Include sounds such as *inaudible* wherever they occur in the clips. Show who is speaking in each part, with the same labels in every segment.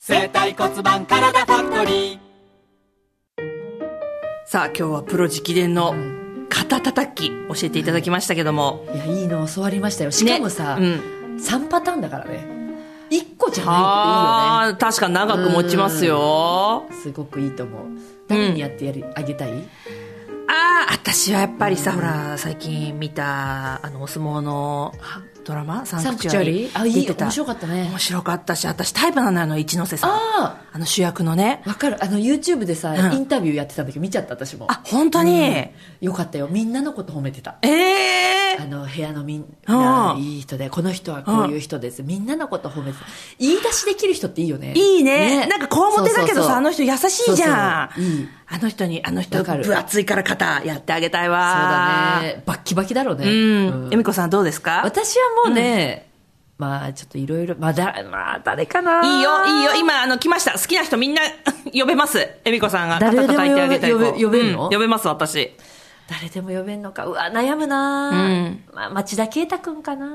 Speaker 1: 生体骨盤からだファクトリー
Speaker 2: さあ今日はプロ直伝の肩叩き教えていただきましたけども、
Speaker 3: いやいいの教わりましたよしかもさ、
Speaker 2: ね
Speaker 3: 三3パターンだからね1個じゃない
Speaker 2: ああ確か長く持ちますよ
Speaker 3: っていいよねすごくいいと思う誰にやってやり、あげたい
Speaker 2: ああ私はやっぱりさ、ほら最近見たあのお相撲のはドラマサンクチュアリ
Speaker 3: サンクチュアリあい
Speaker 2: 出
Speaker 3: い
Speaker 2: てた
Speaker 3: 面白かったね
Speaker 2: 面白かったし私タイプなのよあの一ノ瀬さんあ
Speaker 3: あ
Speaker 2: の主役のね
Speaker 3: あわかるあの YouTube でさ、
Speaker 2: うん
Speaker 3: インタビューやってたんだけど見ちゃった私も
Speaker 2: あ本当に、え
Speaker 3: よかったよみんなのこと褒めてた
Speaker 2: え
Speaker 3: あ
Speaker 2: ー、
Speaker 3: の部屋のみん
Speaker 2: あ
Speaker 3: な
Speaker 2: ー
Speaker 3: いい人でこの人はこういう人ですみんなのこと褒めてた言い出しできる人っていいよね
Speaker 2: いいねなんかこわもてだけどさ
Speaker 3: そうそうそう
Speaker 2: あの人優しいじゃん
Speaker 3: そうそういい
Speaker 2: あの人にあの人
Speaker 3: わかる
Speaker 2: 分厚いから肩やってあげたい
Speaker 3: そう
Speaker 2: わ
Speaker 3: だねバッキバキだろうね
Speaker 2: うん、
Speaker 3: うん
Speaker 2: 恵美子さんどうですか
Speaker 3: 私はもうね、まあちょっといろいろまあだまあ誰かない
Speaker 2: い
Speaker 3: い
Speaker 2: よ、いいよ。今、あの、来ました。好きな人みんな呼べます。恵美子さんが
Speaker 3: 誰
Speaker 2: 肩
Speaker 3: でも
Speaker 2: 叩いてあげたい子。
Speaker 3: 呼べ呼べ呼べんの
Speaker 2: うん呼べます、私。
Speaker 3: 誰でも呼べんのかうわ悩むな、
Speaker 2: うん
Speaker 3: まあ、町田啓太君かな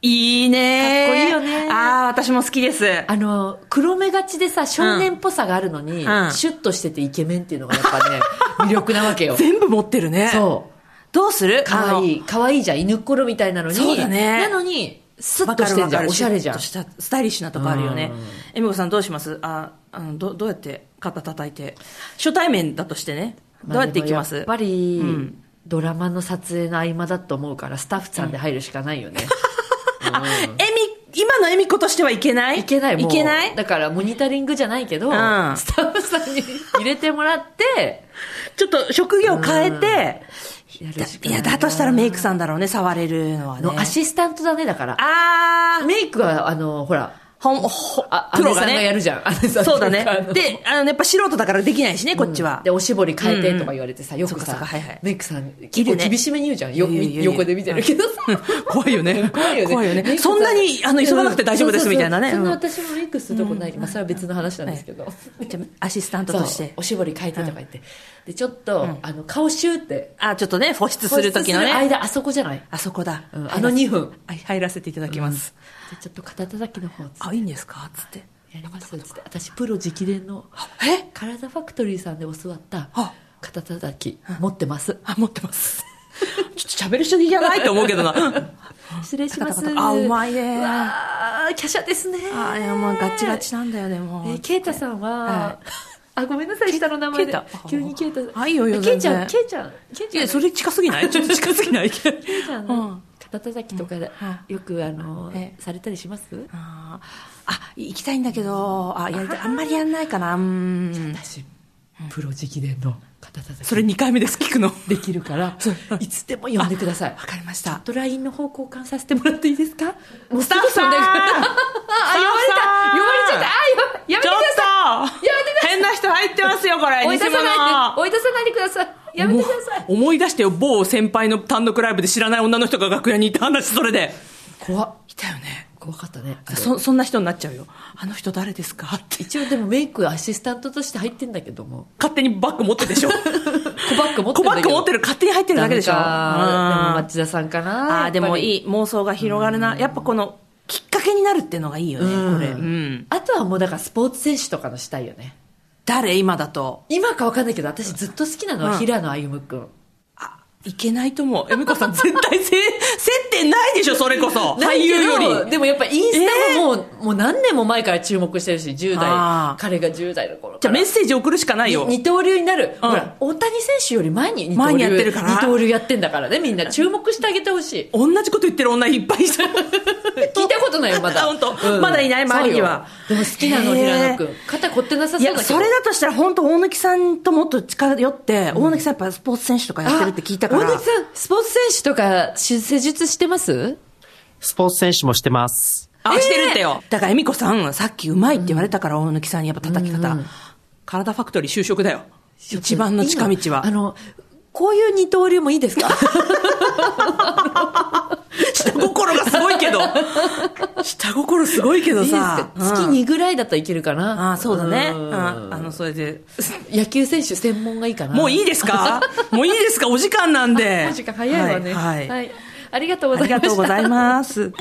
Speaker 3: い
Speaker 2: いね
Speaker 3: かっこいいよね
Speaker 2: ああ、私も好きです。
Speaker 3: あの黒目がちでさ少年っぽさがあるのに、
Speaker 2: うん
Speaker 3: シュッとしててイケメンっていうのがやっぱ
Speaker 2: *laughs*
Speaker 3: ね魅力なわけよ
Speaker 2: 全部持ってるね。
Speaker 3: そう
Speaker 2: どうする
Speaker 3: かわい
Speaker 2: い。
Speaker 3: いかわいいじゃん犬っころみたいなのに
Speaker 2: そうだね
Speaker 3: なのにスッ
Speaker 2: わ
Speaker 3: と
Speaker 2: か
Speaker 3: し
Speaker 2: る
Speaker 3: て
Speaker 2: わ
Speaker 3: んじ
Speaker 2: か
Speaker 3: ゃん
Speaker 2: る。
Speaker 3: おしゃれじゃん
Speaker 2: シュッとしたスタイリッシュなとこあるよね。恵美子さんどうしますあ、あの、ど、どうやって肩叩いて。初対面だとしてね。どうやっていきます
Speaker 3: あでもやっぱり、
Speaker 2: うん
Speaker 3: ドラマの撮影の合間だと思うからスタッフさんで入るしかないよね、 *laughs*
Speaker 2: えみ、今の恵美子としてはいけない
Speaker 3: いけないも
Speaker 2: いうけない
Speaker 3: だからモニタリングじゃないけど、
Speaker 2: ん
Speaker 3: スタッフさんに入れても
Speaker 2: *laughs*
Speaker 3: らって
Speaker 2: ちょっと職業変えて、
Speaker 3: やるしか
Speaker 2: い
Speaker 3: ない
Speaker 2: や、だとしたらメイクさんだろうね、触れるのはね。
Speaker 3: のアシスタントだねだから
Speaker 2: あー、
Speaker 3: メイクはあのほら
Speaker 2: ほん、ほ、
Speaker 3: あ
Speaker 2: プロが
Speaker 3: 姉さんがや
Speaker 2: ね。
Speaker 3: るじゃん姉さん
Speaker 2: そうだ
Speaker 3: *laughs*
Speaker 2: ね
Speaker 3: あ。の
Speaker 2: で、あの、やっぱ素人だからできないしね、こっちは。
Speaker 3: でおしぼり変えてとか言われてさ、よく
Speaker 2: そっかそっ
Speaker 3: さ、
Speaker 2: かはいはい
Speaker 3: メイクさん
Speaker 2: い
Speaker 3: 結
Speaker 2: る
Speaker 3: 構
Speaker 2: ね
Speaker 3: 厳しめに言うじゃんよ
Speaker 2: 言う言う言う
Speaker 3: 横で見てるけどさ、
Speaker 2: *laughs* 怖いよね。怖
Speaker 3: いよねメイクさ
Speaker 2: そんなに、あの、急がなくて大丈夫で
Speaker 3: そ
Speaker 2: す、
Speaker 3: うそうそう
Speaker 2: みたいなね。
Speaker 3: そんな
Speaker 2: うん
Speaker 3: 私もメイクするとこない、まあ、それは別の話なんですけど、
Speaker 2: じゃあアシスタント
Speaker 3: そう
Speaker 2: として
Speaker 3: お。しぼり変えてとか言って、でちょっと、あの顔シューって
Speaker 2: あ、ちょっとね、保湿する時の
Speaker 3: 保湿する
Speaker 2: ね。
Speaker 3: 間あそこじゃない、
Speaker 2: あそこだ。
Speaker 3: うんあの2分
Speaker 2: はい入らせていただきます。
Speaker 3: でちょっと肩叩きの方つ
Speaker 2: あ、いいんですかつって。
Speaker 3: やりますよつって私プロ直伝の
Speaker 2: え
Speaker 3: 体ファクトリーさんで教わった
Speaker 2: あ
Speaker 3: 肩叩き持ってます
Speaker 2: あ、持ってます。ちょっと喋る人じゃないと思うけどな。
Speaker 3: 失礼します
Speaker 2: 肩叩あうまいね
Speaker 3: うわー華奢ですね
Speaker 2: *laughs* あー、いや、もうガチガチなんだよね、もう。
Speaker 3: えーケイタさんは、
Speaker 2: は
Speaker 3: あごめんなさい下の名前で
Speaker 2: ケイタ
Speaker 3: 急にケイタさん
Speaker 2: あいいよいいよ
Speaker 3: ケイちゃ
Speaker 2: 全然
Speaker 3: んケイちゃんケイ
Speaker 2: い
Speaker 3: ちゃん
Speaker 2: や、それ近すぎないちょっ *laughs* と近すぎない
Speaker 3: ケイちゃ
Speaker 2: *laughs*
Speaker 3: ん
Speaker 2: うん
Speaker 3: の肩叩きとかで
Speaker 2: は
Speaker 3: よくあの
Speaker 2: え
Speaker 3: されたりします
Speaker 2: あーあ、行きたいんだけど、あ、やりたい。あんまりやんないかな。うん。
Speaker 3: 私プロ直伝の肩叩き
Speaker 2: それ2回目です、聞くの。わ
Speaker 3: できるからいつでも呼んでください
Speaker 2: かりまし
Speaker 3: ちょ
Speaker 2: た
Speaker 3: っ。と LINE の方交換させてもらっていいですかもう
Speaker 2: スタッフさん
Speaker 3: すぐそだからあ、
Speaker 2: タッ
Speaker 3: 呼ばれ
Speaker 2: フ
Speaker 3: た
Speaker 2: さん
Speaker 3: 呼ばれちゃったあ、やや
Speaker 2: *laughs*
Speaker 3: めて
Speaker 2: ち
Speaker 3: く
Speaker 2: ょ
Speaker 3: ださ
Speaker 2: っと
Speaker 3: やめてください
Speaker 2: 変な人入ってますよ、これ。
Speaker 3: い追い出
Speaker 2: 偽
Speaker 3: さ
Speaker 2: 物
Speaker 3: ないで、追い出さないでくださいやめてください
Speaker 2: もう思い出してよ、某先輩の単独ライブで知らない女の人が楽屋にいた話、それで。
Speaker 3: 怖っ
Speaker 2: いたよね。
Speaker 3: 怖かったね
Speaker 2: そ、そんな人になっちゃうよ。あの人誰ですかって。
Speaker 3: 一応でもメイクアシスタントとして入ってんだけども
Speaker 2: 勝手に *laughs* バッグ持ってるでしょ。
Speaker 3: 小バッグ持って
Speaker 2: 小
Speaker 3: るん
Speaker 2: バッ
Speaker 3: だけど
Speaker 2: グ持ってる、勝手に入ってるだけでしょ。
Speaker 3: ダメかで
Speaker 2: う
Speaker 3: も
Speaker 2: ん
Speaker 3: 町田さんかな
Speaker 2: ああーでも
Speaker 3: い
Speaker 2: いい妄想が広がるなやっぱこのきっかけになるっていうのがいいよね、これ、うん、
Speaker 3: あとはもうだからスポーツ選手とかのしたいよね
Speaker 2: 誰今だと
Speaker 3: 今か分かんないけど私ずっと好きなの
Speaker 2: うん
Speaker 3: は平野歩夢君
Speaker 2: いけないと思う恵美 *laughs* 子さん絶対せ接点ないでしょそれこそ俳優より
Speaker 3: でもやっぱインスタももう,、もう何年も前から注目してるし10
Speaker 2: あ
Speaker 3: 代
Speaker 2: ー
Speaker 3: 彼が10代の頃から
Speaker 2: じゃあメッセージ送るしかないよ
Speaker 3: 二刀流になる、
Speaker 2: うん
Speaker 3: ほら大谷選手より前に二刀
Speaker 2: 前
Speaker 3: 流
Speaker 2: にやってるから
Speaker 3: 二刀流やってんだからねみんな注目してあげてほしい
Speaker 2: 同じこと言ってる女いっぱいいた
Speaker 3: *laughs* 聞いたことないよまだ
Speaker 2: あ本当まだいない周りには
Speaker 3: そうよでも好きなの
Speaker 2: へー
Speaker 3: 平野君肩凝ってなさ
Speaker 2: い
Speaker 3: そうだけ
Speaker 2: や
Speaker 3: ど
Speaker 2: それだとしたら本当大貫さんともっと近寄って、大貫さんやっぱスポーツ選手とかやってるって聞いたから
Speaker 3: あ大貫さん、スポーツ選手とかし施術してます
Speaker 4: スポーツ選手もしてます。
Speaker 2: あ、してるってよ。だから、恵美子さん、さっきうまいって言われたから、大貫さんにやっぱ叩き方。体ファクトリー就職だよ。一番の近道
Speaker 3: 今あ
Speaker 2: は。
Speaker 3: の、こういう二刀流もいいですか
Speaker 2: 下心がすごい
Speaker 3: *laughs*
Speaker 2: けど。下心すごいけど
Speaker 3: いいです
Speaker 2: さ
Speaker 3: か。月
Speaker 2: うん
Speaker 3: 2ぐらいだったらいけるかな
Speaker 2: ああ、そうだね。うんん。あの、それで。
Speaker 3: 野球選手専門がいいかな
Speaker 2: もういいです
Speaker 3: *laughs*
Speaker 2: かもういいですかお時間なんで。
Speaker 3: あもう時間早いわね。
Speaker 2: はい。はい
Speaker 3: はいありがとうご
Speaker 2: あ
Speaker 3: ざい
Speaker 2: り
Speaker 3: ました。
Speaker 2: がとうございます。